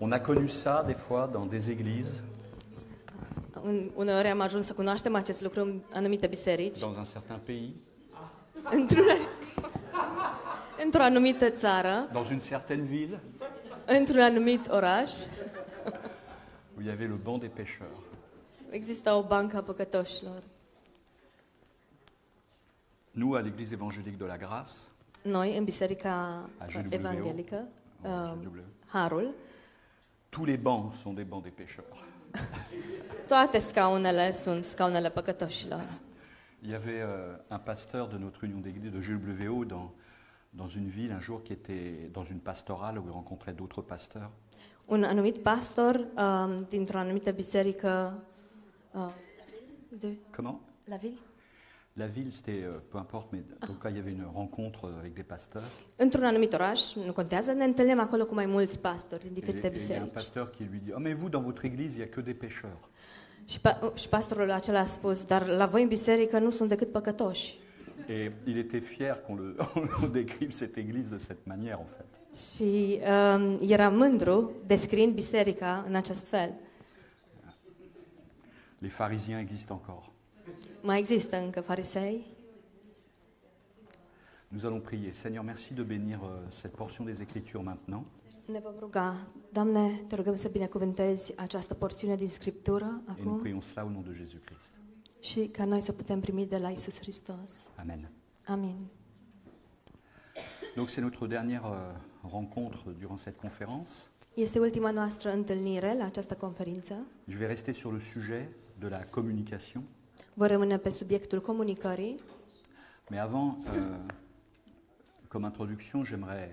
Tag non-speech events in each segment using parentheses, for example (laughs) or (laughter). On a connu ça des fois dans des églises, În- Uneori am ajuns să cunoaștem acest lucru în anumite biserici, dans un certain pays, într-un, într-o anumită țară, dans une certaine ville, într-un anumit oraș. où il y avait le banc des pêcheurs. Exista o bancă a păcătoșilor. Nous, à l'église évangélique de la Grâce, Noi, în biserica AJWO, evanghelică, en uh, JW, Harul, tous les bancs sont des bancs des pêcheurs. toate scaunele sunt scaunele păcătoșilor. Il y avait euh, un pasteur de notre union d'église de GWO dans, dans une ville un jour qui était dans une pastorale où il rencontrait d'autres pasteurs. Un anumit pastor uh, dintr-o anumită biserică uh, de Comment la ville, La ville, c'était euh, peu importe, mais donc là, il y avait une rencontre euh, avec des pasteurs. într-un anumit oraș, nu contează, ne întâlnim acolo cu mai mulți pastori din Et, et diferite il y a un biserici. pasteur qui lui dit Ah, mais vous, dans votre église, il n'y a que des pêcheurs. Și, pa- și pastorul acela a spus, dar la voi în biserică nu sunt decât păcătoși. Et il était fier qu'on le, (laughs) on décrive cette église de cette manière, en fait. Și um, era mândru descriind biserica în acest fel. Les pharisiens existent encore. Mai există încă farisei? Nous allons prier. Seigneur, merci de bénir euh, cette portion des Écritures maintenant. Ne vom ruga. Doamne, te rugăm să binecuvântezi această porțiune din Scriptură Et nous acum prions cela au nom de Jésus-Christ. și ca noi să putem primi de la Isus Hristos. Amen. Amin. Donc c'est notre dernière euh, rencontre durant cette conférence. Este ultima noastră întâlnire la această conferință. Je vais rester sur le sujet de la communication. Vă rămâne pe subiectul comunicării, Mais avant, euh, comme introduction, j'aimerais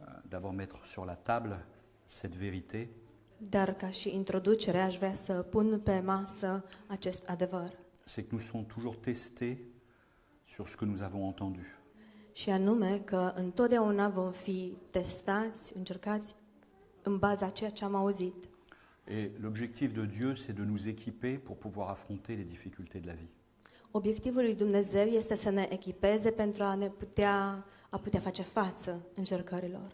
euh, d'abord mettre sur la table cette vérité dar ca și introducere aș vrea să pun pe masă acest adevăr. c'est que nous sommes toujours testés sur ce que nous avons entendu. Și anume că întotdeauna vom fi testați, încercați în baza ceea ce am auzit. Et l'objectif de Dieu, c'est de nous équiper pour pouvoir affronter les difficultés de la vie. Obiectivul lui Dumnezeu este să ne echipeze pentru a ne putea, a putea face față încercărilor.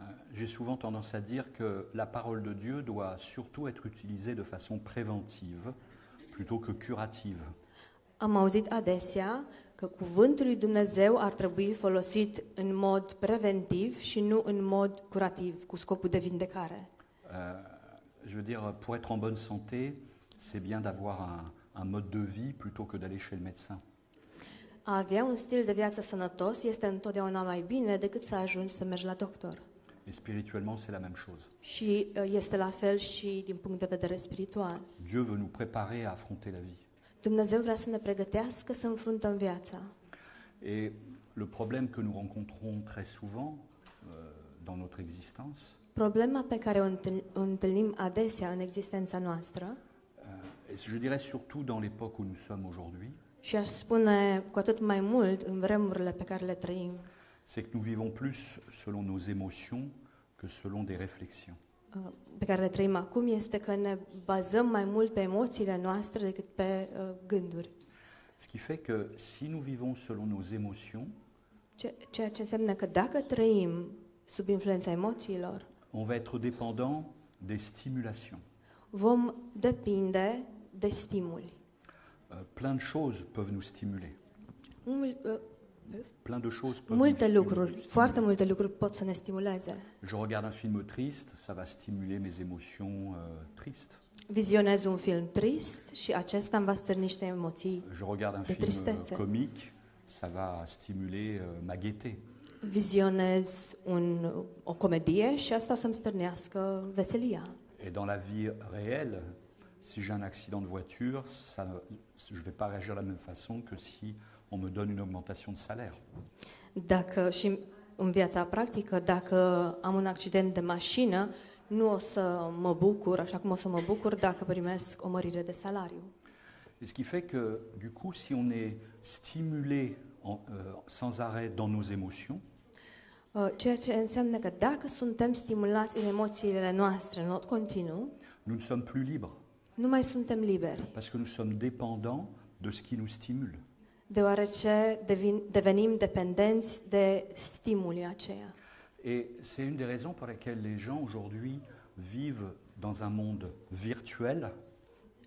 Euh, J'ai souvent tendance à dire que la parole de Dieu doit surtout être utilisée de façon préventive plutôt que curative. Am auzit adesea că cuvântul lui Dumnezeu ar trebui folosit în mod preventiv și nu în mod curativ, cu scopul de vindecare. Euh, je veux dire, pour être en bonne santé, c'est bien d'avoir un, un mode de vie plutôt que d'aller chez le médecin. A avea un stil de viață sănătos este întotdeauna mai bine decât să ajungi să mergi la doctor. Et spirituellement, c'est la même chose. Și uh, este la fel și din punct de vedere spiritual. Dieu veut nous préparer à affronter la vie. Dumnezeu vrea să ne pregătească să înfruntăm viața. Et le problème que nous rencontrons très souvent euh, dans notre existence, Problema pe care o întâl- o întâlnim adesea în existența noastră, euh, et je dirais surtout dans l'époque où nous sommes aujourd'hui, și aș spune cu atât mai mult în vremurile pe care le trăim, c'est que nous vivons plus selon nos émotions que selon des réflexions. uh, pe care le trăim acum, este că ne bazăm mai mult pe emoțiile noastre decât pe uh, gânduri. Ce qui fait que si nous vivons selon nos émotions, Ce- Ceea ce înseamnă că dacă trăim sub influența emoțiilor, on va être dépendant des stimulations. vom depinde de stimuli. Euh, plein de choses peuvent nous stimuler. Mul- uh, Plein de choses peuvent nous Multe stimuler. lucruri, foarte multe lucruri pot să ne stimuleze. Je regarde un film triste, ça va stimuler mes émotions euh, tristes. Vizionez un film trist și acesta îmi va stârni niște emoții. Je regarde un Des film euh, tristesses. comique, ça va stimuler euh, ma gaieté. Vizionez un, o comedie și asta o să-mi stârnească veselia. Et dans la vie réelle, si j'ai un accident de voiture, ça- je ne vais pas réagir de la même façon que si on me donne une augmentation de salaire. Dacă și în viața practică, dacă am un accident de mașină, nu o să mă bucur, așa cum o să mă bucur dacă primesc o mărire de salariu. Et ce qui fait que, du coup, si on est stimulé en- euh, sans arrêt dans nos émotions, Uh, Ceea ce înseamnă că dacă suntem stimulați în emoțiile noastre în mod continuu, nous ne sommes plus libres, nu mai suntem liberi. parce que nous sommes dépendants de ce qui nous stimule. deoarece devin, devenim dependenți de stimulii aceia. Et c'est une des raisons pour lesquelles les gens aujourd'hui vivent dans un monde virtuel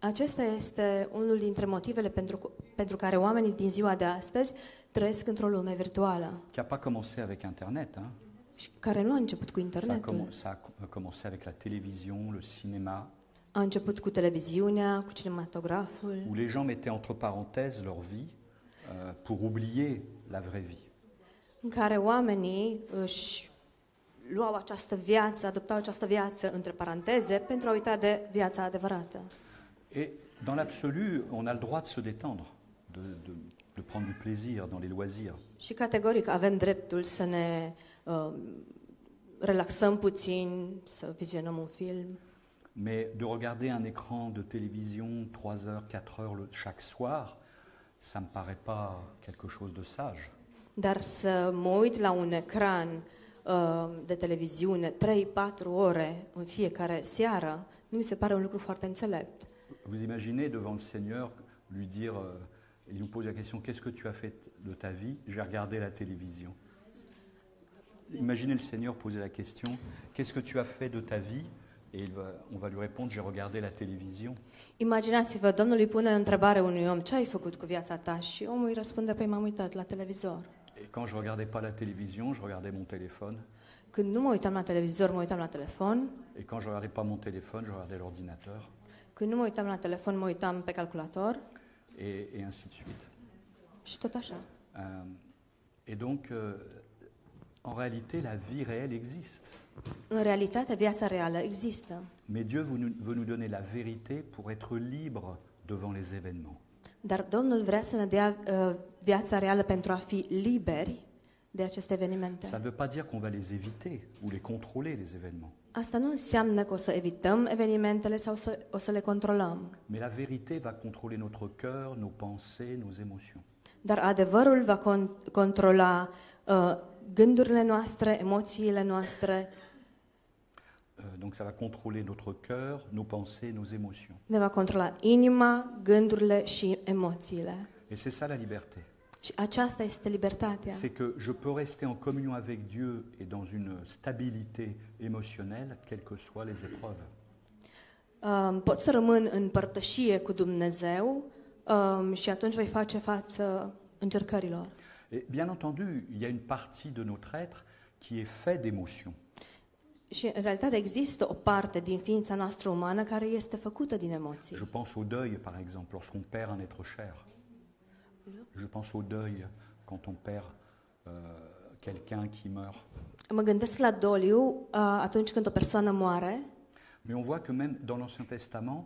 Acesta este unul dintre motivele pentru, cu- pentru care oamenii din ziua de astăzi trăiesc într-o lume virtuală qui n'a pas commencé avec Internet. hein. și care nu a început cu Ça, a internetul. comm- ça a co- a commencé avec la télévision, le cinéma, A început cu televiziunea, cu cinematograful, où les gens mettaient entre parenthèses leur vie euh, pour oublier la vraie vie. în care oamenii își luau această viață, adoptau această viață între paranteze pentru a uita de viața adevărată. Et dans l'absolu, on a le droit de se détendre, de, de- de prendre du plaisir dans les loisirs. Și categoric avem dreptul să ne uh, relaxăm puțin, să vizionăm un film, Mais de regarder un écran de télévision 3 heures, 4 heures le- chaque soir, ça ne me paraît pas quelque chose de sage. Dar să mă uit la un ecran uh, de televiziune 3-4 ore în fiecare seară, nu mi se pare un lucru foarte înțelept. Vous imaginez devant le Seigneur lui dire, euh, il nous pose la question, qu'est-ce que tu as fait de ta vie J'ai regardé la télévision. Imaginez le Seigneur poser la question, qu'est-ce que tu as fait de ta vie Et il va- on va lui répondre, j'ai regardé la télévision. Imaginați-vă, Domnul îi pune o întrebare unui om, ce ai făcut cu viața ta? Și omul îi răspunde, păi m-am uitat la televizor. Et quand je regardais pas la télévision, je regardais mon téléphone. Când nu mă uitam la televizor, mă uitam la telefon. Et quand je regardais pas mon téléphone, je regardais l'ordinateur. Când nu mă uitam la telefon, mă uitam pe calculator Et, et ainsi de suite. și tot așa. Euh, et donc, euh, en réalité, la vie réelle existe. În realitate, viața reală există. Mais Dieu veut nous, veut nous donner la vérité pour être libre devant les événements. Dar Domnul vrea să ne dea uh, viața reală pentru a fi liberi de aceste evenimente. Ça ne veut pas dire qu'on va les éviter ou les contrôler, les événements. Asta nu înseamnă că o să evităm evenimentele sau să, o să le controlăm, Mais la vérité va contrôler notre cœur, nos pensées, nos émotions. dar adevărul va con- controla uh, gândurile noastre, emoțiile noastre, Euh, donc ça va contrôler notre cœur, nos pensées, nos émotions. ne va controla inima, gândurile și emoțiile. Et c'est ça la liberté. Și aceasta este libertatea. C'est que je peux rester en communion avec Dieu et dans une stabilité émotionnelle, quelles que soient les épreuves. Um, pot să rămân în părtășie cu Dumnezeu um, și atunci voi face față încercărilor. Et bien entendu, il y a une partie de notre être qui est faite d'émotions. Și în realitate există o parte din ființa noastră umană care este făcută din emoții. Je pense au deuil, par exemple, lorsqu'on perd un être cher. Je pense au deuil quand on perd euh, quelqu'un qui meurt. Mă gândesc la doliu uh, atunci când o persoană moare, Mais on voit que même dans l'Ancien Testament,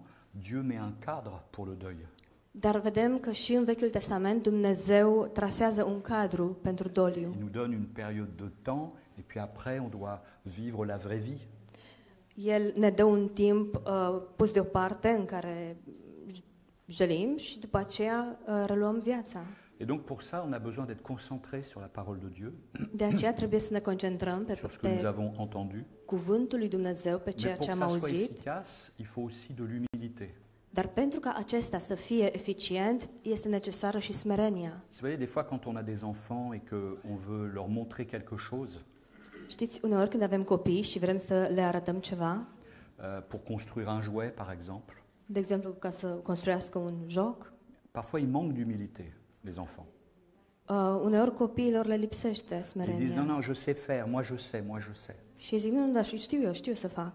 Dieu met un cadre pour le deuil. dar vedem că și în Vechiul Testament Dumnezeu trasează un cadru pentru doliu. Il nous donne une période de temps, et puis après, on doit vivre la vraie vie. El ne dă un timp uh, pus deoparte în care j- jelim și după aceea uh, reluăm viața. Et donc pour ça, on a besoin d'être concentré sur la parole de Dieu, De aceea trebuie să ne concentrăm pe, sur ce que nous pe avons entendu. cuvântul lui Dumnezeu, pe Mais ceea pour ce que am ça soit auzit, efficace, il faut aussi de l'humilité. dar pentru ca acesta să fie eficient, este necesară și smerenia. Vous voyez, des fois, quand on a des enfants et qu'on veut leur montrer quelque chose, Știți, uneori când avem copii și vrem să le arătăm ceva, euh, pour construire un jouet, par exemple, De exemplu, ca să construiască un joc, parfois ils manquent d'humilité, les enfants. uh, uneori copiilor le lipsește Ils disent non, smerenia. non, je sais faire, moi je sais, moi je sais. Și zic, nu, nu, dar și știu eu, știu să fac.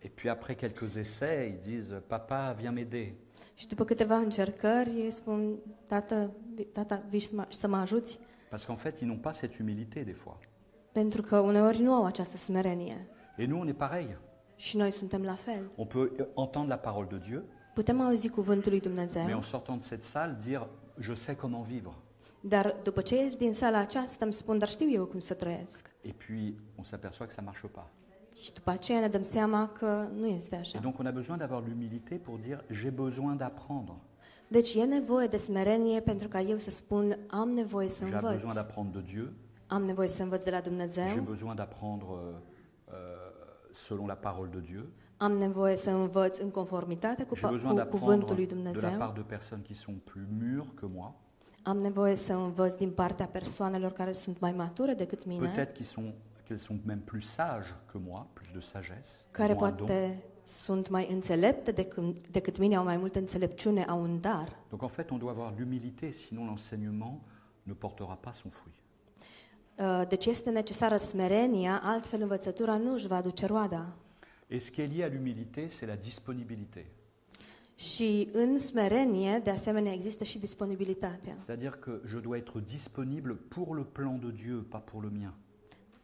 Et puis après quelques essais, ils disent papa, viens m'aider. Și după câteva încercări, ei spun, tată, vi- tata, vii să mă- să mă ajuți? Parce qu'en fait, ils n'ont pas cette humilité des fois. Pentru că uneori nu au această smerenie. Et nous, on est pareil. Și noi suntem la fel. On peut euh, entendre la parole de Dieu, Putem auzi cuvântul lui mais Dumnezeu, en sortant de cette salle, dire je sais comment vivre. dar după ce ies din sala aceasta îmi spun, dar știu eu cum să trăiesc. Et puis, on s'aperçoit que ça ne marche pas. Și după aceea ne dăm seama că nu este Et așa. donc, on a besoin d'avoir l'humilité pour dire j'ai besoin d'apprendre. Deci e nevoie de smerenie pentru ca eu să spun, am nevoie să J'ai besoin învăț. d'apprendre de Dieu, Am nevoie să învăț de la j'ai Dumnezeu, besoin d'apprendre euh, euh, selon la parole de Dieu, am nevoie să învăț în conformitate cu, j'ai pa- besoin cu cuvântul d'apprendre lui de la part Dumnezeu, de personnes qui sont plus mûres que moi, am nevoie să învăț din partea persoanelor care sunt mai mature decât mine, peut-être qui, sont, qu'elles sont même plus sages que moi, plus de sagesse. care elles ont un don. poate sunt mai înțelepte decât, decât mine, au mai multă înțelepciune, au un dar. Donc en fait, on doit avoir l'humilité, sinon l'enseignement ne portera pas son fruit. Uh, Deci este necesară smerenia, altfel învățătura nu își va aduce roada. Et ce qui est lié à l'humilité, c'est la disponibilité. Și în smerenie, de asemenea, există și disponibilitatea. C'est-à-dire que je dois être disponible pour le plan de Dieu, pas pour le mien.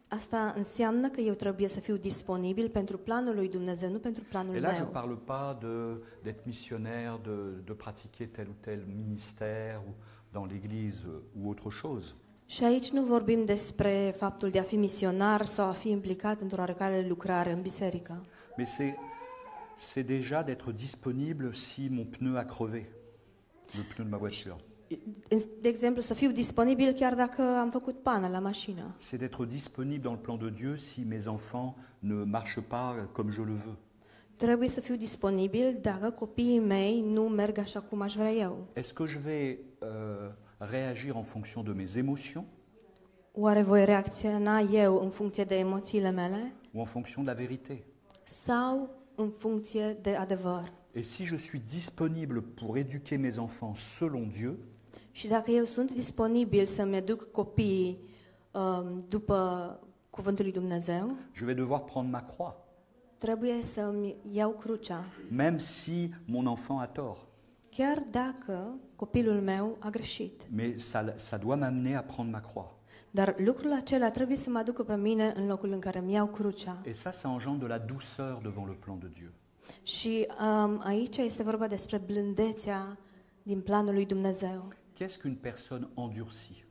Asta înseamnă că eu trebuie să fiu disponibil pentru planul lui Dumnezeu, nu pentru planul Et là, je ne meu. parle pas de- d'être missionnaire, de, de pratiquer tel ou tel ministère ou dans l'Église euh, ou autre chose. Și aici nu vorbim despre faptul de a fi misionar sau a fi implicat într-o oarecare lucrare în biserică, Mais c'est c'est déjà d'être disponible si mon pneu a crevé, le pneu de ma voiture. de exemplu, să fiu disponibil chiar dacă am făcut pană la mașină. C'est d'être disponible dans le plan de Dieu si mes enfants ne marchent pas comme je le veux. Trebuie să fiu disponibil dacă copiii mei nu merg așa cum aș vrea eu. Est-ce que je vais euh, réagir en fonction de mes émotions Oare voi reacționa eu în funcție de emoțiile mele ou en fonction de la vérité sau în funcție de adevăr? Et si je suis disponible pour éduquer mes enfants selon Dieu, Și dacă eu sunt disponibil să-mi educ copiii um, după cuvântul lui Dumnezeu, je vais devoir prendre ma croix, trebuie să-mi iau crucea, même si mon enfant a tort. chiar dacă copilul meu a greșit. Mais ça, ça doit m'amener à prendre ma croix. Dar lucrul acela trebuie să mă aducă pe mine în locul în care îmi iau crucea. Et ça, ça engendre de la douceur devant le plan de Dieu. Și um, aici este vorba despre blândețea din planul lui Dumnezeu. Qu'est-ce qu'une personne endurcie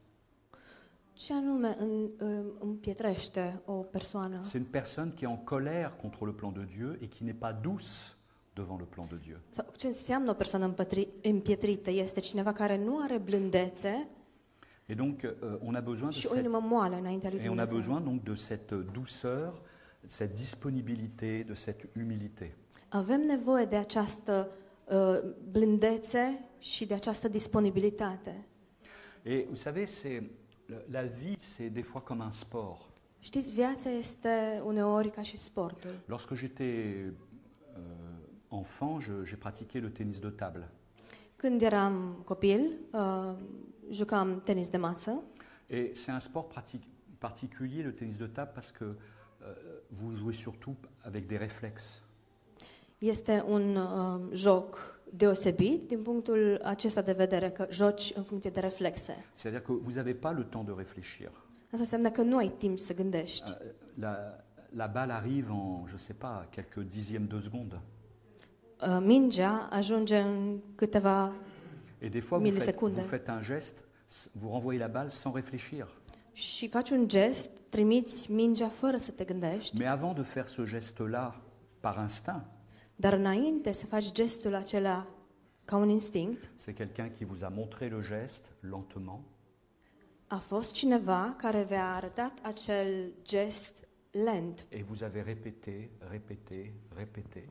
Ce anume în, um, împietrește o persoană? C'est une personne qui est en colère contre le plan de Dieu et qui n'est pas douce devant le plan de Dieu. Sau ce înseamnă o persoană împătri- împietrită? Este cineva care nu are blândețe Et donc, euh, on a besoin de și o cette- inimă moale înaintea lui et on a Dumnezeu. besoin donc de cette douceur, de cette disponibilité, de cette humilité. Avem nevoie de această uh, blândețe și de această disponibilitate. Et vous savez, c'est la vie, c'est des fois comme un sport. Știți, viața este uneori ca și sportul. Lorsque j'étais euh, enfant, je- j'ai pratiqué le tennis de table. Când eram copil, uh, jucam tenis de masă Et c'est un sport pratique- particulier, le tennis de table, parce que euh, vous jouez surtout avec des réflexes. Este un um, joc deosebit din punctul acesta de vedere că joci în funcție de reflexe. C'est-à-dire que vous n'avez pas le temps de réfléchir. Asta înseamnă că nu ai timp să gândești. Euh, la, la balle arrive en, je ne sais pas, quelques dixièmes de seconde. Uh, Mingea ajunge în câteva Et des fois, vous faites, Millisecondes. vous faites un geste, s- vous renvoyez la balle sans réfléchir. și faci un gest, trimiți mingea fără să te gândești, Mais avant de faire ce geste-là, par instinct, dar înainte să faci gestul acela ca un instinct, c'est quelqu'un qui vous a montré le geste lentement. a fost cineva care v-a arătat acel gest lent Et vous avez répété, répété, répété,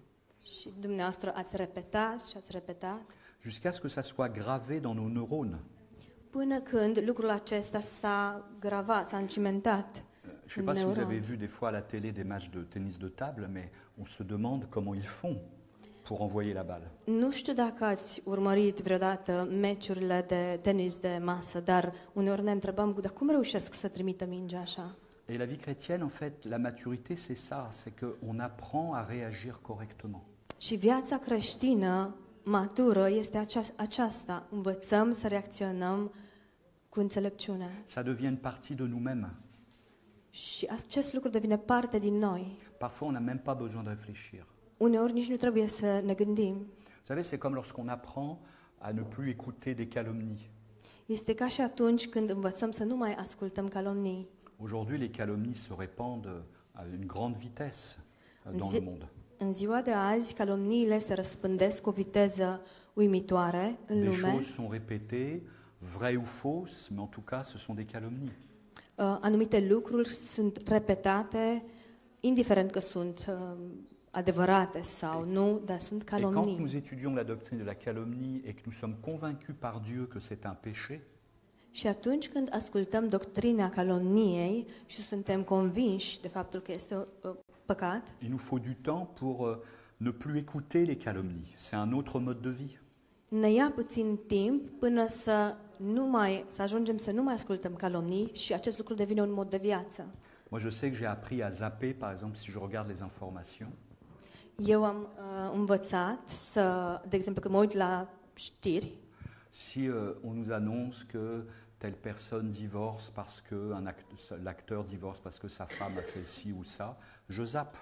și dumneavoastră ați repetat și ați repetat jusqu'à ce que ça soit gravé dans nos neurones. Până când lucrul acesta s-a gravat, s-a încimentat Euh, Je ne sais în pas si vous neuron. avez vu des fois à la télé des matchs de tennis de table, mais on se demande comment ils font pour envoyer la balle. Nu știu dacă ați urmărit vreodată meciurile de tenis de masă, dar uneori ne întrebăm, dar cum reușesc să trimită mingea așa? Et la vie chrétienne, en fait, la maturité, c'est ça, c'est qu'on apprend à réagir correctement. Și viața creștină matură este acea- aceasta. Învățăm să reacționăm cu înțelepciune. Ça devient une partie de nous-mêmes. Și acest lucru devine parte din noi. Parfois, on n'a même pas besoin de réfléchir. Uneori nici nu trebuie să ne gândim. Vous savez, c'est comme lorsqu'on apprend à ne plus écouter des calomnies. Este ca și atunci când învățăm să nu mai ascultăm calomnii. Aujourd'hui, les calomnies se répandent à une grande vitesse euh, În dans zi- le monde. În ziua de azi, calomniile se răspândesc cu o viteză uimitoare în Des lume. choses sont répétées, vraies ou fausses, mais en tout cas, ce sont des calomnies. Uh, Anumite lucruri sunt repetate, indiferent că sunt uh, adevărate sau nu, dar sunt Et quand calomnii. nous étudions la doctrine de la calomnie et que nous sommes convaincus par Dieu que c'est un péché, Și atunci când ascultăm doctrina calomniei și suntem convinși de faptul că este uh, păcat, Il nous faut du temps pour euh, ne plus écouter les calomnies. C'est un autre mode de vie. ne ia puțin timp până să nu mai, să ajungem să nu mai ascultăm calomnii și acest lucru devine un mod de viață. Moi, je sais que j'ai appris à zapper, par exemple, si je regarde les informations. Eu am uh, învățat să, de exemplu, când mă uit la știri, Si euh, on nous annonce que telle personne divorce parce que un act- l'acteur divorce parce que sa femme a fait ci ou ça, je zappe.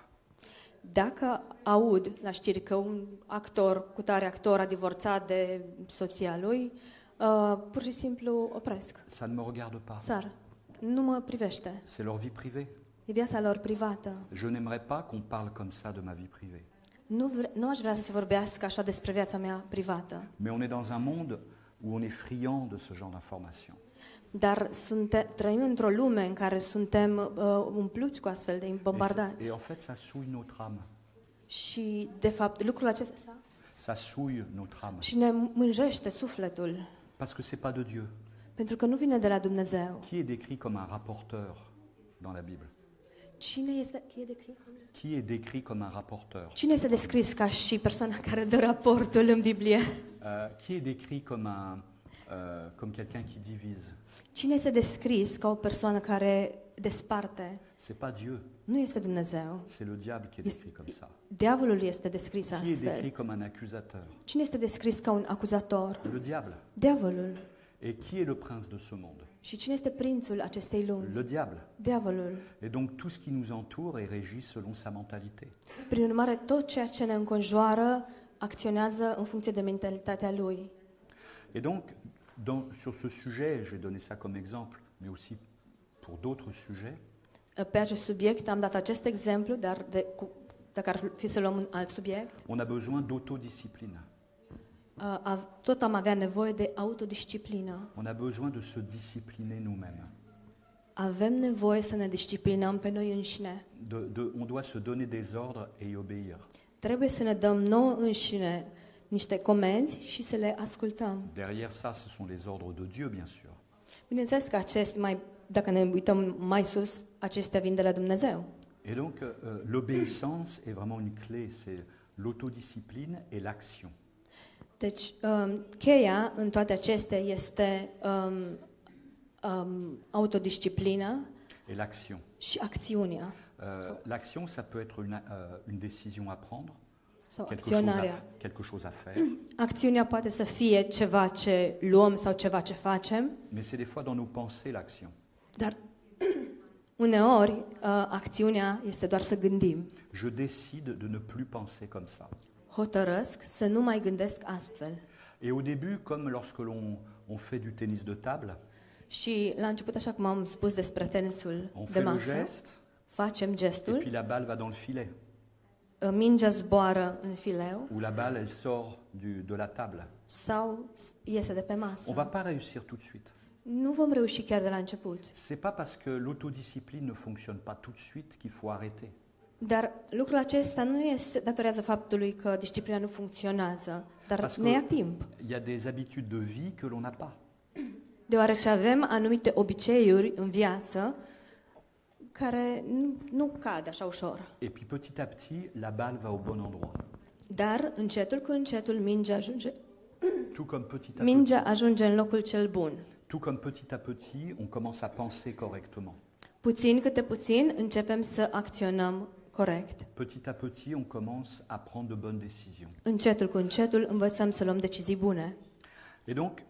dacă aud la știri că un actor, cu tare actor, a divorțat de soția lui, uh, pur și simplu opresc. Ça ne me regarde pas. Sar, nu mă privește. C'est leur vie privée. E viața lor privată. Je n'aimerais pas qu'on parle comme ça de ma vie privée. Nu, vre- nu aș vrea să se vorbească așa despre viața mea privată. Mais on est dans un monde où on est friand de ce genre d'informations. Dar sunte, trăim într-o lume în care suntem uh, umpluți cu astfel de Et bombardați. c- Et, en fait, ça souille notre âme. Și, de fapt, lucrul acesta Ça souille notre âme. și ne mânjește sufletul. Parce que c'est pas de Dieu. Pentru că nu vine de la Dumnezeu. Qui est décrit comme un rapporteur dans la Bible Cine este, cine este, Qui est décrit comme un rapporteur cine este descris ca și persoana (laughs) care dă raportul în Biblie? Euh, Qui est décrit comme, un, euh, comme quelqu'un qui divise Cine este descris ca o persoană care desparte? C'est pas Dieu, Nu este Dumnezeu. c'est le diable qui est Este- décrit comme ça. Diavolul este descris Qui est décrit astfel. comme un accusateur Cine este descris ca un acuzator? Le diable. Diavolul. Et qui est le prince de ce monde Și cine este prințul acestei lumi? Le diable. Diavolul. Et donc tout ce qui nous entoure est régi selon sa mentalité. Prin urmare, tot ceea ce ne înconjoară acționează în funcție de mentalitatea lui. Et donc, dans- sur ce sujet, j'ai donné ça comme exemple, mais aussi pour d'autres sujets, Pe acest subiect am dat acest exemplu, dar de, cu, dacă ar fi să luăm un alt subiect, on a besoin d'autodiscipline. a, a, tot am avea nevoie de autodisciplină. On a besoin de se discipliner nous-mêmes. Avem nevoie să ne disciplinăm pe noi înșine. De- de- on doit se donner des ordres et y obéir. Trebuie să ne dăm nouă înșine niște comenzi și să le ascultăm. Derrière ça, ce sont les ordres de Dieu, bien sûr. Bineînțeles că acest mai, dacă ne uităm mai sus, acestea vin de la Dumnezeu. Et donc, euh, l'obéissance est vraiment une clé, c'est l'autodiscipline et l'action. Deci, um, cheia în toate acestea este um, um, autodisciplina Et l'action. și acțiunea. Euh, l'action, ça peut être une, euh, une décision à prendre, Sau quelque chose à, acționarea. quelque chose à faire, Acțiunea poate să fie ceva ce luăm sau ceva ce facem, mais c'est des fois dans nos pensées l'action. dar (clears throat) uneori uh, acțiunea este doar să gândim. Je décide de ne plus penser comme ça. Hotărăsc să nu mai gândesc astfel. Et au début, comme lorsque l'on on fait du tennis de table, Și la început, așa cum am spus despre tenisul on de fait le masă, geste, facem et gestul, puis la balle va dans le filet, uh, mingea zboară în fileu ou la balle, elle sort du- de la table. sau iese de pe masă. On va pas réussir tout de suite. Nu vom reuși chiar de la început, C'est pas parce que l'autodiscipline ne fonctionne pas tout de suite qu'il faut arrêter. dar lucrul acesta nu este datorează faptului că disciplina nu funcționează, dar Parce ne que- ia timp, Il y a des habitudes de vie que l'on n'a pas. deoarece avem anumite obiceiuri în viață care nu, nu cad așa ușor. Et puis petit à petit, la balle va au bon endroit. Dar încetul cu încetul mingea ajunge, Tout comme petit à petit, mingea ajunge în locul cel bun. tout comme petit à petit, on commence à penser correctement. Puțin câte puțin începem să acționăm corect. Petit à petit, on commence à prendre de bonnes décisions. Încetul cu încetul învățăm să luăm decizii bune. Et donc, euh,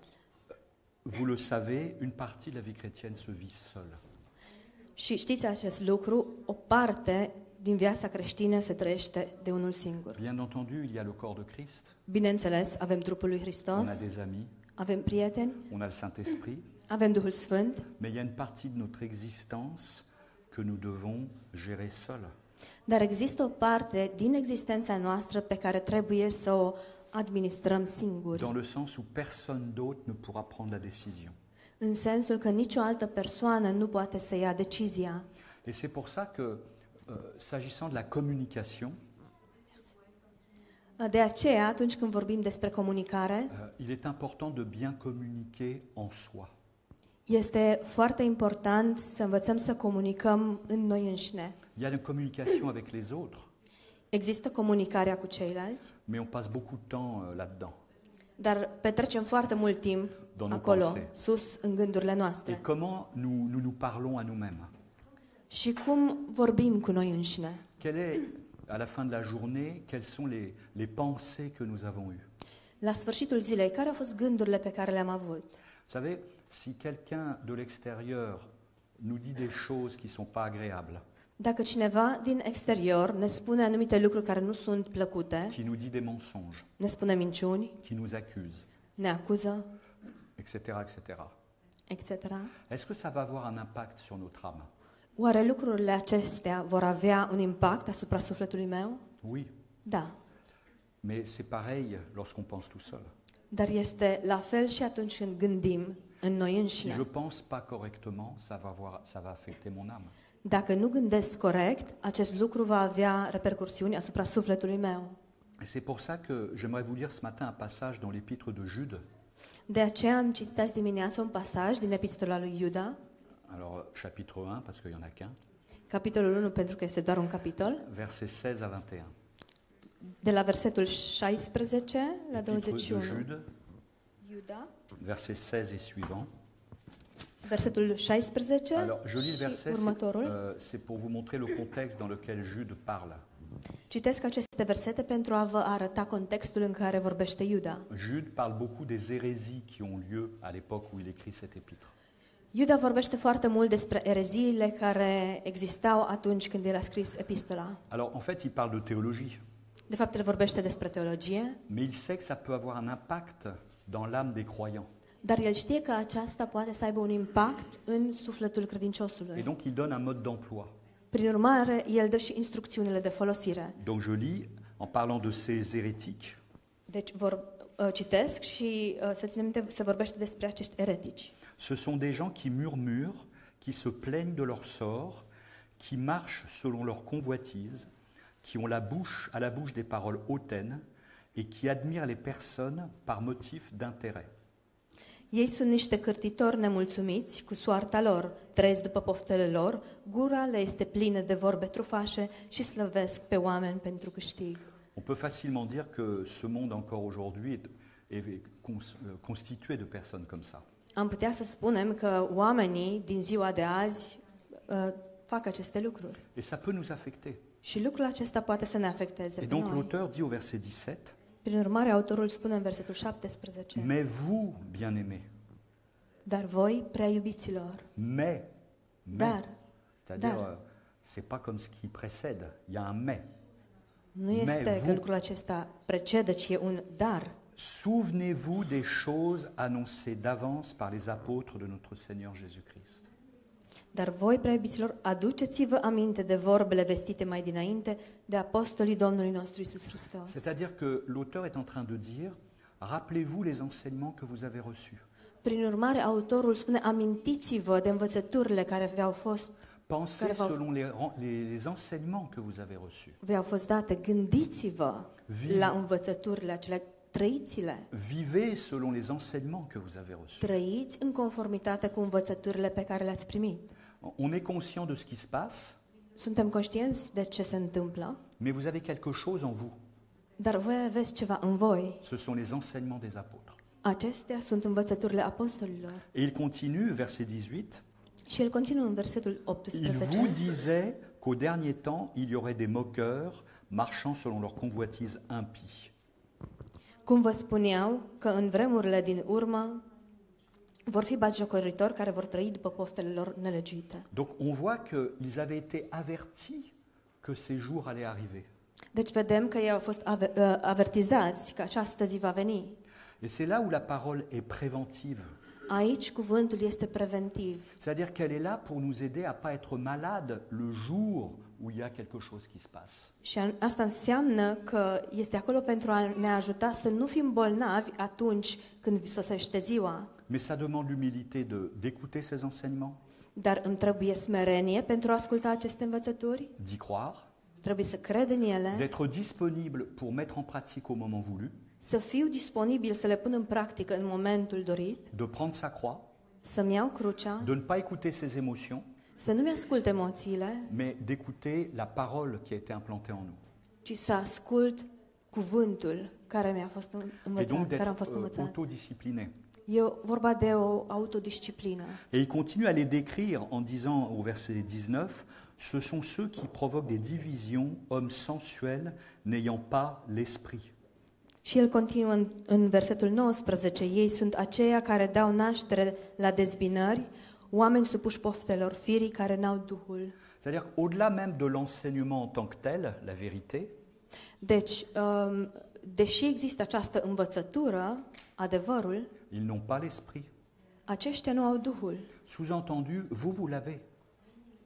vous le savez, une partie de la vie chrétienne se vit seule. Și știți acest lucru, o parte din viața creștină se trăiește de unul singur. Bien entendu, il y a le corps de Christ, Bineînțeles, avem trupul lui on a Hristos, des amis, avem prieteni, on a le Saint-Esprit, avem Duhul Sfânt, mais il y a une partie de notre existence que nous devons gérer seule. dar există o parte din existența noastră pe care trebuie să o administrăm singuri, dans le sens où personne d'autre ne pourra prendre la décision. în sensul că nicio altă persoană nu poate să ia decizia. Et c'est pour ça que, euh, s'agissant de la communication, De aceea, atunci când vorbim despre comunicare, euh, il est important de bien communiquer en soi. Este foarte important să învățăm să comunicăm în noi înșine. Il y a une communication avec les autres, Există comunicarea cu ceilalți, mais on passe beaucoup de temps euh, là-dedans. dar petrecem foarte mult timp Domnul acolo, Pausei. sus, în gândurile Et noastre. comment nous nous, nous parlons à nous-mêmes Și cum vorbim cu noi înșine? Quelle est, à la fin de la journée, quelles sont les, les pensées que nous avons eues La sfârșitul zilei, care au fost gândurile pe care le-am avut? Vous savez, si quelqu'un de l'extérieur nous dit des choses qui ne sont pas agréables, Dacă cineva din exterior ne spune anumite lucruri care nu sunt plăcute, qui nous dit des mensonges, ne spune minciuni, qui nous accuse, ne acuză, etc., etc., etc., est-ce que ça va avoir un impact sur notre âme oare lucrurile acestea vor avea un impact asupra sufletului meu? Oui, Da, mais c'est pareil lorsqu'on pense tout seul. dar este la fel și atunci când gândim în noi Si je ne înșine. pense pas correctement, ça va, avoir- ça va affecter mon âme. Dacă nu gândesc corect, acest lucru va avea repercursiuni asupra sufletului meu. Et c'est pour ça que j'aimerais vous lire ce matin un passage dans l'épître de Jude. De aceea am citit azi dimineață un pasaj din epistola lui Iuda, Alors, chapitre 1, parce qu'il n'y en a qu'un, capitolul 1, pentru că este doar un capitol, versets 16 à 21. de la versetul 16 la Épître de 21. Jude, Iuda, versets 16 et suivants. versetul 16 Alors, je lis le și verset, c'est următorul. euh, c'est pour vous montrer le contexte dans lequel Jude parle. Citesc aceste versete pentru a vă arăta contextul în care vorbește Iuda. Jude parle beaucoup des hérésies qui ont lieu à l'époque où il écrit cette épître. Iuda vorbește foarte mult despre ereziile care existau atunci când el a scris epistola. Alors, en fait, il parle de théologie, De fapt, el vorbește despre teologie, mais il sait que ça peut avoir un impact dans l'âme des croyants. dar el știe că aceasta poate să aibă un impact în sufletul Et credinciosului. donc, il donne un mode d'emploi. Prin urmare, el dă și instrucțiunile de folosire. Donc, je lis en parlant de ces hérétiques. Deci vor, citesc și uh, să ținem minte, se vorbește despre acești eretici. Ce sont des gens qui murmurent, qui se plaignent de leur sort, qui marchent selon leur convoitise, qui ont la bouche à la bouche des paroles hautaines et qui admirent les personnes par motif d'intérêt. Ei sunt niște cârtitori nemulțumiți cu soarta lor, trăiesc după poftele lor, gura le este plină de vorbe trufașe și slăvesc pe oameni pentru câștig. On peut facilement dire que ce monde encore aujourd'hui est, est cons- euh, constitué de personnes comme ça. Am putea să spunem că oamenii din ziua de azi uh, fac aceste lucruri. Et ça peut nous affecter. Și lucrul acesta poate să ne afecteze Et pe donc noi. l'auteur dit au verset 17, Prin urmare, autorul spune în versetul 17, Mais vous, bien-aimés, Dar voi, prea iubiților, mais, mais. Dar. c'est-à-dire, Dar. euh, c'est pas comme ce qui précède, il y a un mais. nu Me este vu. că lucrul acesta precedă, ci e un dar. Souvenez-vous des choses annoncées d'avance par les apôtres de notre Seigneur Jésus-Christ. Dar voi, prea iubiților, aduceți-vă aminte de vorbele vestite mai dinainte de apostolii Domnului nostru Isus Hristos. C'est-à-dire que l'auteur est en train de dire, rappelez-vous les enseignements que vous avez reçus. Prin urmare, autorul spune, amintiți-vă de învățăturile care vi-au fost, Pensez Car- selon les, ren- les- les enseignements que vous avez reçus. vi-au fost date, gândiți-vă Vi- la învățăturile acelea, trăiți-le, Vivez selon les enseignements que vous avez reçus. trăiți în conformitate cu învățăturile pe care le-ați primit. On est conscient de ce qui se passe, Suntem conștienți de ce se întâmplă, mais vous avez quelque chose en vous. dar voi aveți ceva în voi. Ce sont les enseignements des apôtres. Acestea sunt învățăturile apostolilor. Et il continue, verset 18, Și el continuă în versetul Il 18. vous disait qu'au dernier temps, il y aurait des moqueurs marchant selon leur convoitise impie. Cum vă spuneau că în vremurile din urmă vor fi batjocoritori care vor trăi după poftele lor nelegiuite. Donc on voit qu'ils avaient été avertis que ces jours allaient arriver. Deci vedem că ei au fost ave- uh, avertizați că această zi va veni. Et c'est là où la parole est préventive. Aici cuvântul este preventiv. C'est-à-dire qu'elle est là pour nous aider à ne pas être malade le jour où il y a quelque chose qui se passe. Și an- asta înseamnă că este acolo pentru a ne ajuta să nu fim bolnavi atunci când sosește ziua. Mais ça demande l'humilité de- d'écouter ces enseignements, Dar îmi trebuie smerenie pentru a asculta aceste învățături, d'y croire, trebuie să cred în ele, d'être disponible pour mettre en pratique au moment voulu, să fiu disponibil să le pun în practică în momentul dorit, de prendre sa croix Să-mi iau crucea, de ne pas écouter ses émotions, să nu-mi ascult emoțiile, mais d'écouter la parole qui a été implantée en nous. ci să ascult cuvântul care mi-a fost în- Et donc învățat, care am d'être fost euh, învățat. autodiscipliné. E o- vorba de o autodisciplină. Et il continue à les décrire en disant au verset 19, ce sont ceux qui provoquent des divisions, hommes sensuels, n'ayant pas l'esprit. Și el continuă în, în versetul 19. Ei sunt aceia care dau naștere la dezbinări, oameni supuși poftelor firii care n-au Duhul. C'est-à-dire au-delà même de l'enseignement en tant que tel, la vérité, Deci, um, deși există această învățătură, adevărul, ils n'ont pas l'esprit. aceștia nu au Duhul. Sous-entendu, vous, vous l'avez.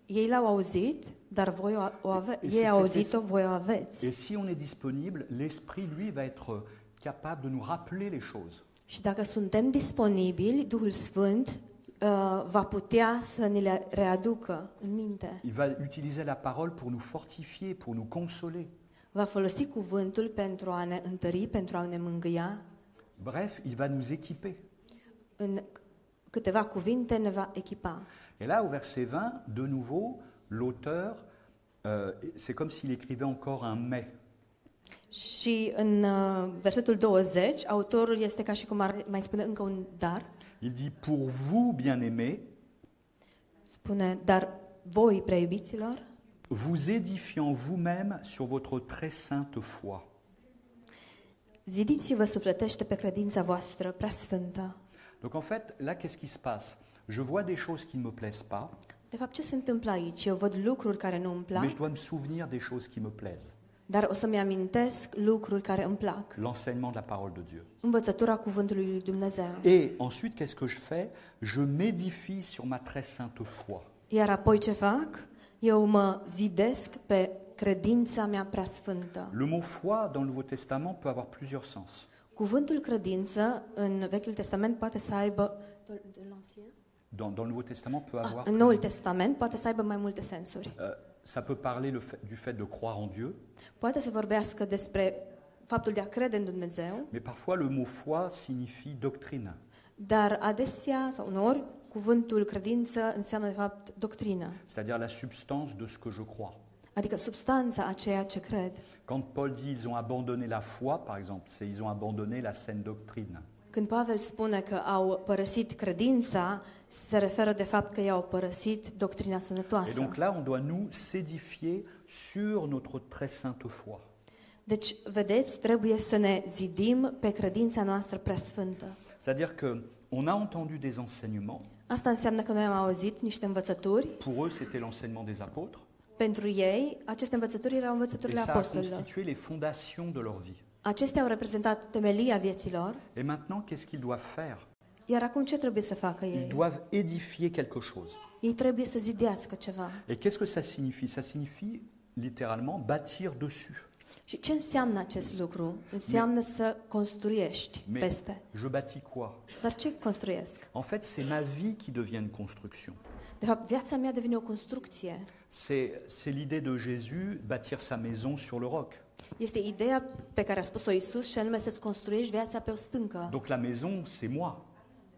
Ei l-au auzit, dar voi o, o ave- Și ei se- au se- auzit-o, voi o aveți. Et si on est disponible, l'esprit, lui, va être capable de nous rappeler les choses. Și dacă suntem disponibili, Duhul Sfânt uh, va putea să ne le readucă în minte. Il va utiliser la parole pour nous fortifier, pour nous consoler. Va folosi cuvântul pentru a ne întări, pentru a ne mângâia. Bref, il va nous équiper. În câteva cuvinte ne va echipa. Et là, au verset 20, de nouveau, l'auteur, euh, c'est comme s'il écrivait encore un mais. Și în uh, versetul 20, autorul este ca și cum ar mai spune încă un dar. Il dit Pour vous, bien-aimés, Spune, dar voi, preiubiților, vous édifiant vous-même sur votre très sainte foi. zidiți-vă sufletește pe credința voastră prea sfântă. Donc en fait, là, qu'est-ce qui se passe Je vois des choses qui ne me plaisent pas, De fapt, ce se întâmplă aici? Eu văd lucruri care nu îmi mais plac, je dois me souvenir des choses qui me plaisent. dar o să-mi amintesc lucruri care îmi plac. L'enseignement de la parole de Dieu. Învățătura cuvântului lui Dumnezeu. Et ensuite, qu'est-ce que je fais Je m'édifie sur ma très sainte foi. Iar apoi ce fac? Eu mă zidesc pe credința mea prea sfântă. Le mot foi dans le Nouveau Testament peut avoir plusieurs sens. Cuvântul credință în Vechiul Testament poate să aibă Dans, dans le Nouveau Testament peut Ah, avoir. în Noul Testament poate să aibă mai multe sensuri. Euh, ça peut parler le fait- du fait de croire en Dieu, Poate să vorbească despre faptul de a crede în Dumnezeu, mais parfois le mot foi signifie doctrine. dar adesea sau uneori cuvântul credință înseamnă de fapt doctrină, c'est-à-dire la substance de ce que je crois. adică substanța a ceea ce cred. Quand Paul dit ils ont abandonné la foi, par exemple, c'est ils ont abandonné la saine doctrine. Când Pavel spune că au părăsit credința, se referă de fapt că i-au părăsit doctrina Et sănătoasă. donc là, on doit nous s'édifier sur notre très sainte foi. Deci, vedeți, trebuie să ne zidim pe credința noastră preasfântă. C'est-à-dire que on a entendu des enseignements. Asta înseamnă că noi am auzit niște învățături. Pour eux, c'était l'enseignement des apôtres. Pentru ei, aceste învățături erau Et învățăturile ça a apostolilor. constitué les fondations de leur vie. Acestea au reprezentat temelia vieților, Et maintenant, qu'est-ce qu'ils doivent faire iar acum ce trebuie să facă Ils ei? doivent édifier quelque chose. Ei trebuie să zidească ceva. Et qu'est-ce que ça signifie Ça signifie littéralement bâtir dessus. Și ce înseamnă acest lucru? Înseamnă să construiești Mais peste. je bâtis quoi Dar ce construiesc? En fait, c'est ma vie qui devient une construction. De fapt, viața mea devine o construcție. C'est c'est l'idée de Jésus bâtir sa maison sur le roc. Este ideea pe care a spus-o Isus și anume să-ți construiești viața pe o stâncă. Donc la maison, c'est moi.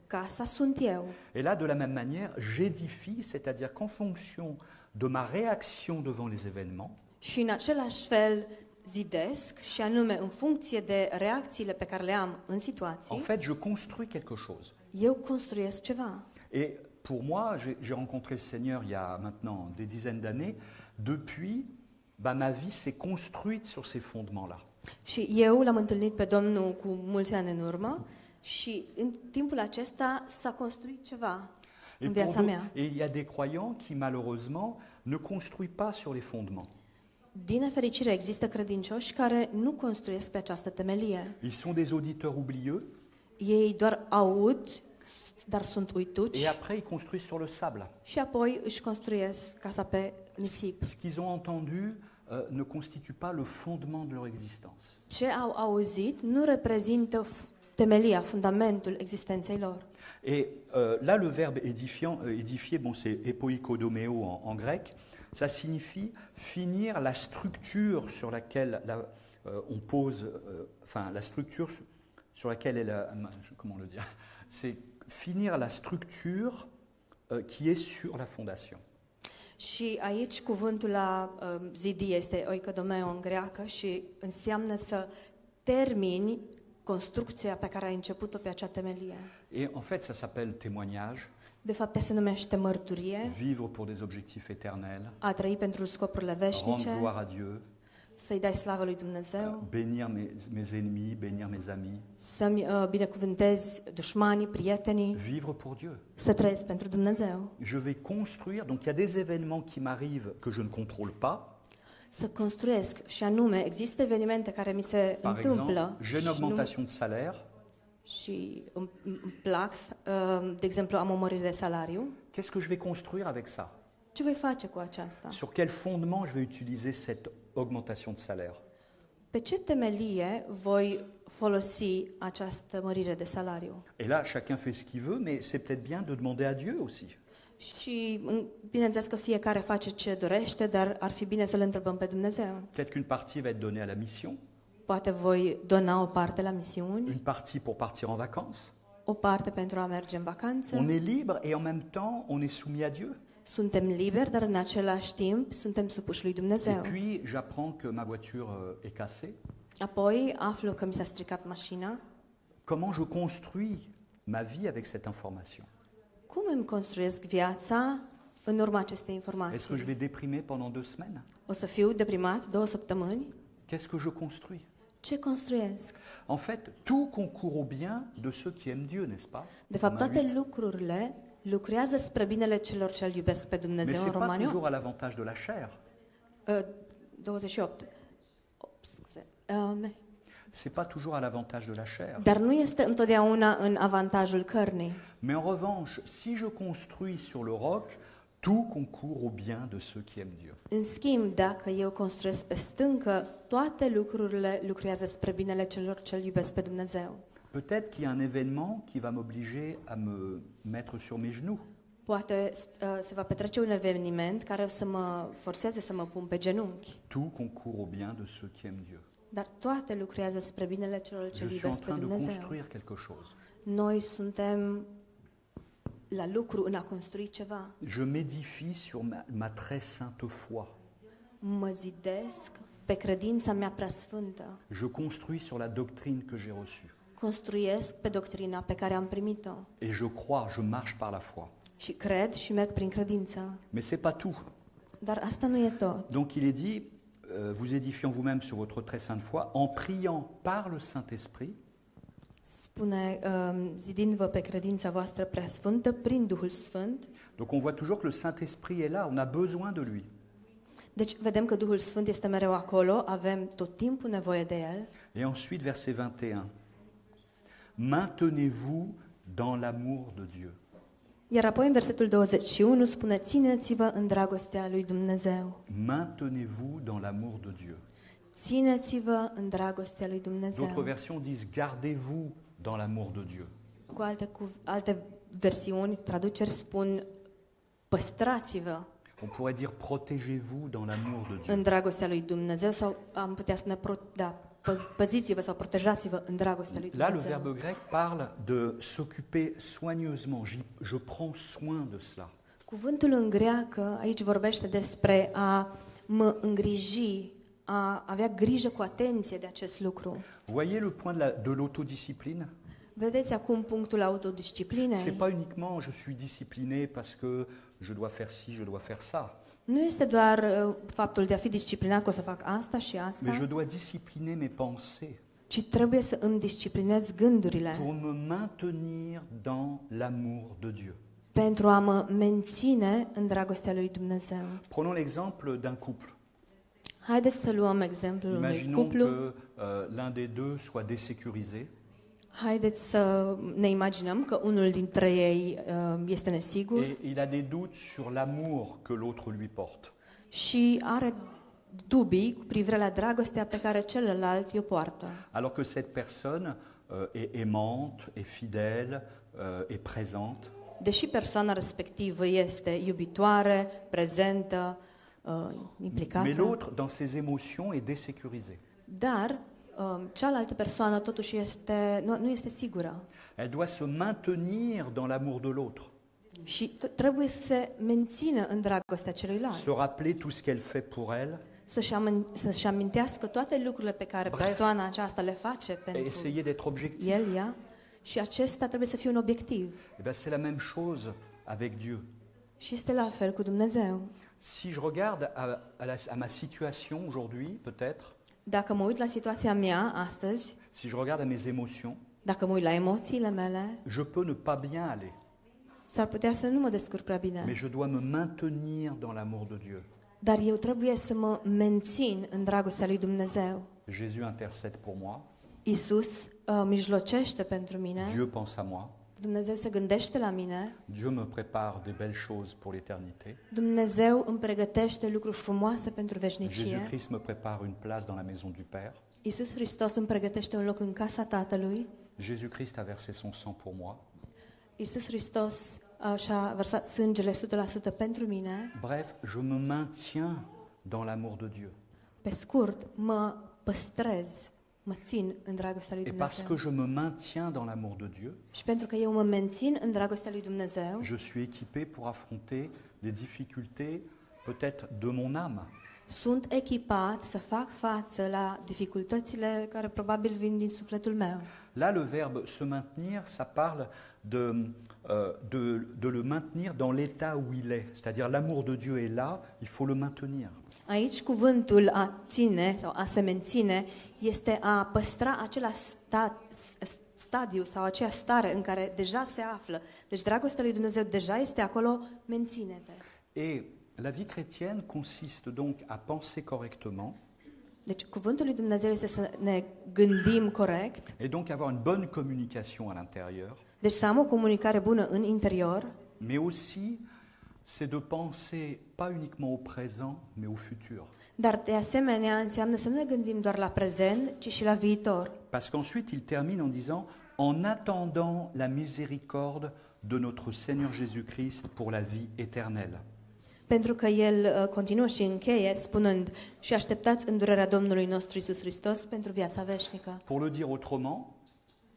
Casa sunt eu. Et là, de la même manière, j'édifie, c'est-à-dire qu'en fonction de ma réaction devant les événements, Și în același fel zidesc și anume în funcție de reacțiile pe care le am în situații, en fait, je construis quelque chose. eu construiesc ceva. Et pour moi, j'ai j'ai rencontré le Seigneur il y a maintenant des dizaines d'années. Depuis, bah, ma vie s'est construite sur ces fondements-là. Și eu l-am întâlnit pe Domnul cu mulți ani în urmă și în timpul acesta s-a construit ceva Et în pour viața d'autres- mea. et il y a des croyants qui, malheureusement, ne construisent pas sur les fondements. Din nefericire există credincioși care nu construiesc pe această temelie. Ils sont des auditeurs oublieux Ei doar aud, s- dar sunt uituci et après ils construisent sur le sable. și apoi își construiesc casa pe nisip. Ce qu'ils ont entendu euh, ne constitue pas le fondement de leur existence. Ce au auzit nu reprezintă f- temelia, fundamentul existenței lor. Et euh, là, le verbe édifiant, euh, édifier, bon, c'est epoikodomeo en, en grec, ça signifie finir la structure sur laquelle la- euh, on pose, euh, enfin la structure sur- sur laquelle est la, comment le dire, (laughs) c'est finir la structure euh, qui est sur la fondation. Și aici cuvântul la um, zidie este oikodomeo în greacă și înseamnă să termini construcția pe care ai început-o pe acea temelie. Et en fait, ça s'appelle témoignage, De fapt, ea se numește mărturie, vivre pour des objectifs éternels, a trăi pentru scopurile rendre veșnice, gloire à Dieu, să-i dai slavă lui euh, Dumnezeu, bénir mes, mes ennemis, bénir mes amis, să-mi uh, binecuvântezi dușmanii, prietenii, vivre pour Dieu. să trăiesc pentru Dumnezeu, Je vais construire, donc il y a des événements qui m'arrivent que je ne contrôle pas. să construiesc. Și anume, există evenimente care mi se Par exemple, întâmplă j'ai une și, nu, augmentation de salaire. și îmi, îmi plac, uh, de exemplu, am o mărire de salariu, Qu'est-ce que je vais construire avec ça Ce voi face cu aceasta? Sur quel fondement je vais utiliser cette augmentation de salaire Pe ce temelie voi folosi această mărire de salariu? Et là, chacun fait ce qu'il veut, mais c'est peut-être bien de demander à Dieu aussi. Și în- bineînțeles că fiecare face ce dorește, dar ar fi bine să-L întrebăm pe Dumnezeu. Peut-être qu'une partie va être donnée à la mission, Poate voi dona o parte la misiuni, une partie pour partir en vacances. o parte pentru a merge în vacanță. On est libre et en même temps, on est soumis à Dieu. Suntem liberi, dar în același timp suntem supuși lui Et Dumnezeu. puis, j'apprends que ma voiture euh, est cassée. Apoi aflu că mi s-a stricat mașina. Comment je construis ma vie avec cette information Cum îmi construiesc viața în urma acestei Est-ce que je informații? vais déprimer pendant deux semaines O să fiu deprimat două săptămâni? Qu'est-ce que je construis Ce construiesc? En fait, tout concourt au bien de ceux qui aiment Dieu, n'est-ce pas De fapt, Romains toate 8. lucrurile lucrează spre binele celor ce îl iubesc pe Mais Dumnezeu ce în n'est pas Romani toujours à l'avantage de la chair. uh, 28. Oh, scuze. Um, C'est pas toujours à l'avantage de la chair. Dar nu este întotdeauna în avantajul cărnii. Mais en revanche, si je construis sur le roc, tout concourt au bien de ceux qui aiment Dieu. În schimb, dacă eu construiesc pe stâncă, toate lucrurile lucrează spre binele celor ce îl iubesc pe Dumnezeu. Peut-être qu'il y a un événement qui va m'obliger à me mettre sur mes genoux. Poate uh, se va petrece un eveniment care o să mă forțeze să mă pun pe genunchi, Tout concourt au bien de ceux qui aiment Dieu. dar toate lucrează spre binele celor ce Je îl suis en iubesc pe train de Dumnezeu. construire quelque chose. Noi suntem la lucru în a construi ceva. Je m'édifie sur ma, ma très sainte foi. Mă zidesc pe credința mea preasfântă. Je construis sur la doctrine que j'ai reçue. Construiesc pe doctrina pe care am primit-o. Et je crois, je marche par la foi. Și cred și merg prin credință. Mais c'est pas tout. Dar asta nu e tot. Donc il est dit, euh, vous édifiant vous-même sur votre très sainte foi, en priant par le Saint-Esprit, Spune, um, zidindu-vă pe credința voastră preasfântă prin Duhul Sfânt. Donc on voit toujours que le Saint-Esprit est là, on a besoin de lui. Deci vedem că Duhul Sfânt este mereu acolo, avem tot timpul nevoie de El. Et ensuite, verset 21. Maintenez-vous dans l'amour de Dieu. Iar apoi în versetul 21 spune, țineți-vă în dragostea lui Dumnezeu. Maintenez-vous dans l'amour de Dieu. Țineți-vă în dragostea lui D'autres Dumnezeu. versions disent gardez-vous dans l'amour de Dieu. Cu alte, cu alte versiuni, traduceri spun păstrați-vă On pourrait dire protégez-vous dans l'amour de Dieu. în dragostea lui Dumnezeu sau am putea spune, pro, da, pă- păziți-vă sau protejați-vă în dragostea lui Là, le Dumnezeu. verbe grec parle de s'occuper soigneusement. J'y- Je prends soin de cela. Cuvântul în greacă aici vorbește despre a mă îngriji, a avea grijă cu atenție de acest lucru. Voyez le point de la- de l'autodiscipline Vedeți acum punctul C'est autodisciplinei. pas uniquement je suis discipliné parce que je dois faire ci, je dois faire ça. Nu este doar uh, faptul de a fi disciplinat că o să fac asta și Mais je asta, dois discipliner mes pensées ci trebuie să îmi disciplinez gândurile pour me maintenir dans l'amour de Dieu. pentru a mă menține în dragostea lui Dumnezeu. Prenons l'exemple d'un couple. Haideți să luăm exemplul unui Imaginons cuplu. que euh, l'un des deux soit désécurisé. Haideți să ne imaginăm că unul dintre ei uh, este nesigur Et il a des doutes sur l'amour que l'autre lui porte. și are dubii cu privire la dragostea pe care celălalt o poartă. Alors que cette personne euh, est aimante, est fidèle, euh, est présente. Deși persoana respectivă este iubitoare, prezentă, uh, Mais implicată, l'autre, dans ses émotions, est désécurisé. dar um, cealaltă persoană totuși este, nu, nu este sigură Elle doit se maintenir dans l'amour de l'autre, și t- trebuie să se mențină în dragostea celuilalt, se rappeler tout ce qu'elle fait pour elle să-și, amen- să-și amintească toate lucrurile pe care Bref. persoana aceasta le face et pentru essayer d'être objectif. el, ea, și acesta trebuie să fie un obiectiv. Eh bien, c'est la même chose avec Dieu. Și este la fel cu Dumnezeu. Si je regarde à, à la- à ma situation aujourd'hui, peut-être, Dacă mă uit la situația mea astăzi, si je regarde à mes émotions, dacă mă uit la emoțiile mele, je peux ne pas bien aller, s-ar putea să nu mă descurc prea mais bine. je dois me maintenir dans l'amour de Dieu. Dar eu trebuie să mă mențin în dragostea lui Dumnezeu. Jésus intercède pour moi, Isus uh, mijlocește pentru mine, Dieu pense à moi, Dumnezeu se gândește la mine, Dieu me prépare des belles choses pour l'éternité, Dumnezeu îmi pregătește lucruri frumoase pentru veșnicie, Jésus-Christ me prépare une place dans la maison du Père, Isus Hristos îmi pregătește un loc în casa Tatălui, Jésus-Christ a versé son sang pour moi. Isus Hristos uh, și-a vărsat sângele 100% pentru mine. Bref, je me maintiens dans l'amour de Dieu. Pe scurt, mă păstrez, mă țin în dragostea lui Et parce Dumnezeu. que je me maintiens dans l'amour de Dieu, Și pentru că eu mă mențin în dragostea lui Dumnezeu, Je suis équipé pour affronter les difficultés peut-être de mon âme. sunt echipat să fac față la dificultățile care probabil vin din sufletul meu. Là, le verbe se maintenir, ça parle de, euh, de, de le maintenir dans l'état où il est. C'est-à-dire l'amour de Dieu est là, il faut le maintenir. Aici cuvântul a ține sau a se menține este a păstra același sta- s- s- stadiu sau aceea stare în care deja se află. Deci dragostea lui Dumnezeu deja este acolo, menține-te. Et la vie chrétienne consiste donc à penser correctement Deci cuvântul lui Dumnezeu este să ne gândim corect, et donc avoir une bonne communication à l'intérieur, deci să am o comunicare bună în interior, mais aussi c'est de penser pas uniquement au présent, mais au futur. Dar de asemenea înseamnă să nu ne gândim doar la prezent, ci și la viitor. Parce qu'ensuite, il termine en disant En attendant la miséricorde de notre Seigneur Jésus-Christ pour la vie éternelle. Pentru că el uh, continuă și încheie spunând și așteptați îndurarea Domnului nostru Isus Hristos pentru viața veșnică. Pour le dire autrement,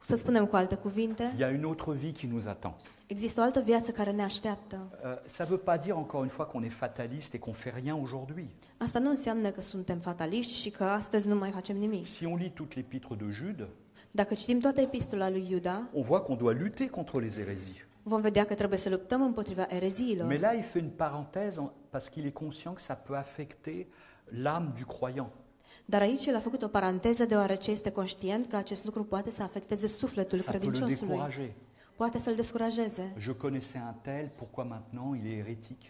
Să spunem cu alte cuvinte, il y a une autre vie qui nous attend. există o altă viață care ne așteaptă. Euh, ça ne veut pas dire encore une fois qu'on est fataliste et qu'on fait rien aujourd'hui. Asta nu înseamnă că suntem fataliști și că astăzi nu mai facem nimic. Si on lit toute l'épître de Jude, Dacă citim toată epistola lui Iuda, on voit qu'on doit lutter contre les hérésies. vom vedea că trebuie să luptăm împotriva Mais ereziilor. là, il fait une parenthèse en- parce qu'il est conscient que ça peut affecter l'âme du croyant. Dar aici el a făcut o paranteză deoarece este conștient că acest lucru poate să afecteze sufletul Ça peut le credinciosului. décourager. Poate să-l descurajeze. Je connaissais un tel, pourquoi maintenant il est hérétique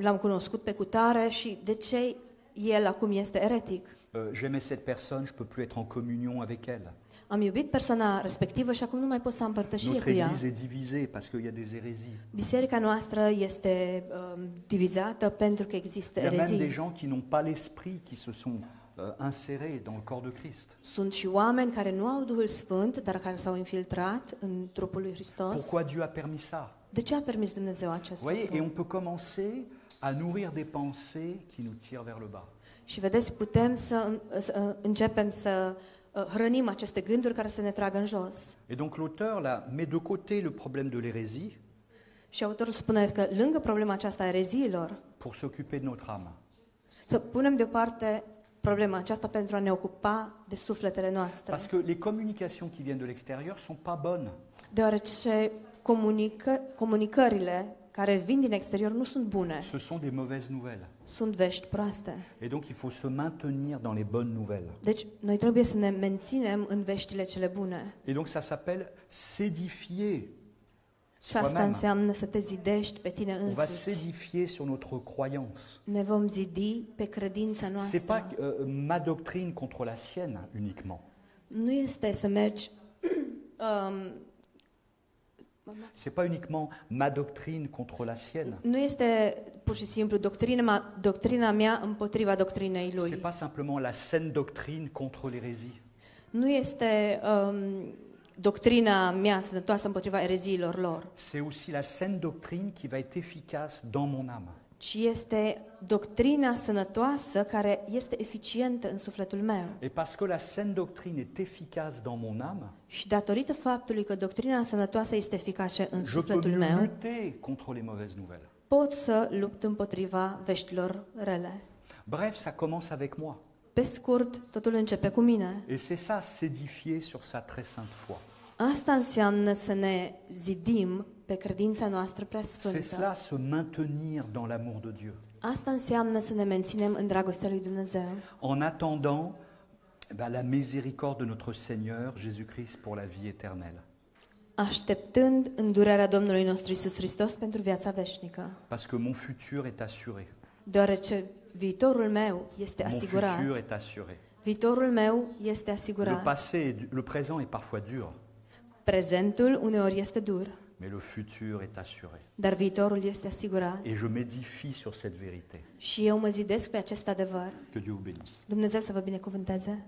L-am cunoscut pe cutare și de ce el acum este eretic? Euh, j'aimais cette personne, je ne peux plus être en communion avec elle. Am iubit persoana respectivă și acum nu mai pot să împărtășie Notre cu ea. Église est divisée parce qu'il y a des hérésies. Biserica noastră este um, divizată pentru că există Il y a même des erezii. gens qui n'ont pas l'esprit, qui se sont euh, insérés dans le corps de Christ. Sunt și oameni care nu au Duhul Sfânt, dar care s-au infiltrat în trupul lui Hristos. Pourquoi Dieu a permis ça De ce a permis Dumnezeu Vous acest voyez, et on lucru? peut commencer à nourrir des pensées qui nous tirent vers le bas. Și vedeți, putem să, să începem să uh, hrănim aceste gânduri care să ne tragă în jos. Et donc l'auteur là, met de côté le problème de l'hérésie Și autorul spune că lângă problema aceasta a ereziilor, pour s'occuper de notre âme. Să punem deoparte problema aceasta pentru a ne ocupa de sufletele noastre, Parce que les communications qui viennent de l'extérieur ne sont pas bonnes. deoarece comunică, comunicările care vin din exterior nu sunt bune, Ce sont des mauvaises nouvelles. sunt vești proaste. Et donc il faut se maintenir dans les bonnes nouvelles. Deci, noi trebuie să ne menținem în veștile cele bune. Et donc ça s'appelle s'édifier. Și asta Soi-même. înseamnă să te zidești pe tine On va însuți. s'édifier sur notre croyance. Ne vom zidi pe credința C'est pas noastră. euh, ma doctrine contre la sienne hein, uniquement. Nu este să mergi... (clears throat) um, C'est pas uniquement ma doctrine contre la sienne. nu este pur și simplu doctrina, doctrina mea împotriva doctrinei lui. C'est pas simplement la saine doctrine contre l'hérésie. Nu este um, doctrina mea sănătoasă împotriva ereziilor lor, C'est aussi la saine doctrine qui va être efficace dans mon âme. ci este doctrina sănătoasă care este eficientă în sufletul meu. Et parce que la saine doctrine est efficace dans mon âme, Și datorită faptului că doctrina sănătoasă este eficace în je peux sufletul mieux meu, lutter contre les mauvaises nouvelles. pot să lupt împotriva veștilor rele. Bref, ça commence avec moi. Pe scurt, totul începe cu mine. Et c'est ça, s'édifier sur sa très sainte foi. Asta înseamnă să ne zidim pe credința noastră prea C'est sfântă. cela, se maintenir dans l'amour de Dieu, Asta înseamnă să ne menținem în dragostea lui Dumnezeu, en attendant eh ben, la miséricorde de notre Seigneur Jésus-Christ pour la vie éternelle. așteptând îndurerea Domnului nostru Isus Hristos pentru viața veșnică. Parce que mon futur est assuré. Deoarece viitorul meu este Mon futur asigurat. est assuré. Viitorul meu este Le asigurat. passé, est du- le présent est parfois dur, Prezentul uneori este dur, mais le futur est assuré. dar viitorul este asigurat. Et je m'édifie sur cette vérité. Și eu mă zidesc pe acest adevăr. Que Dieu vous bénisse. Dumnezeu să vă binecuvânteze.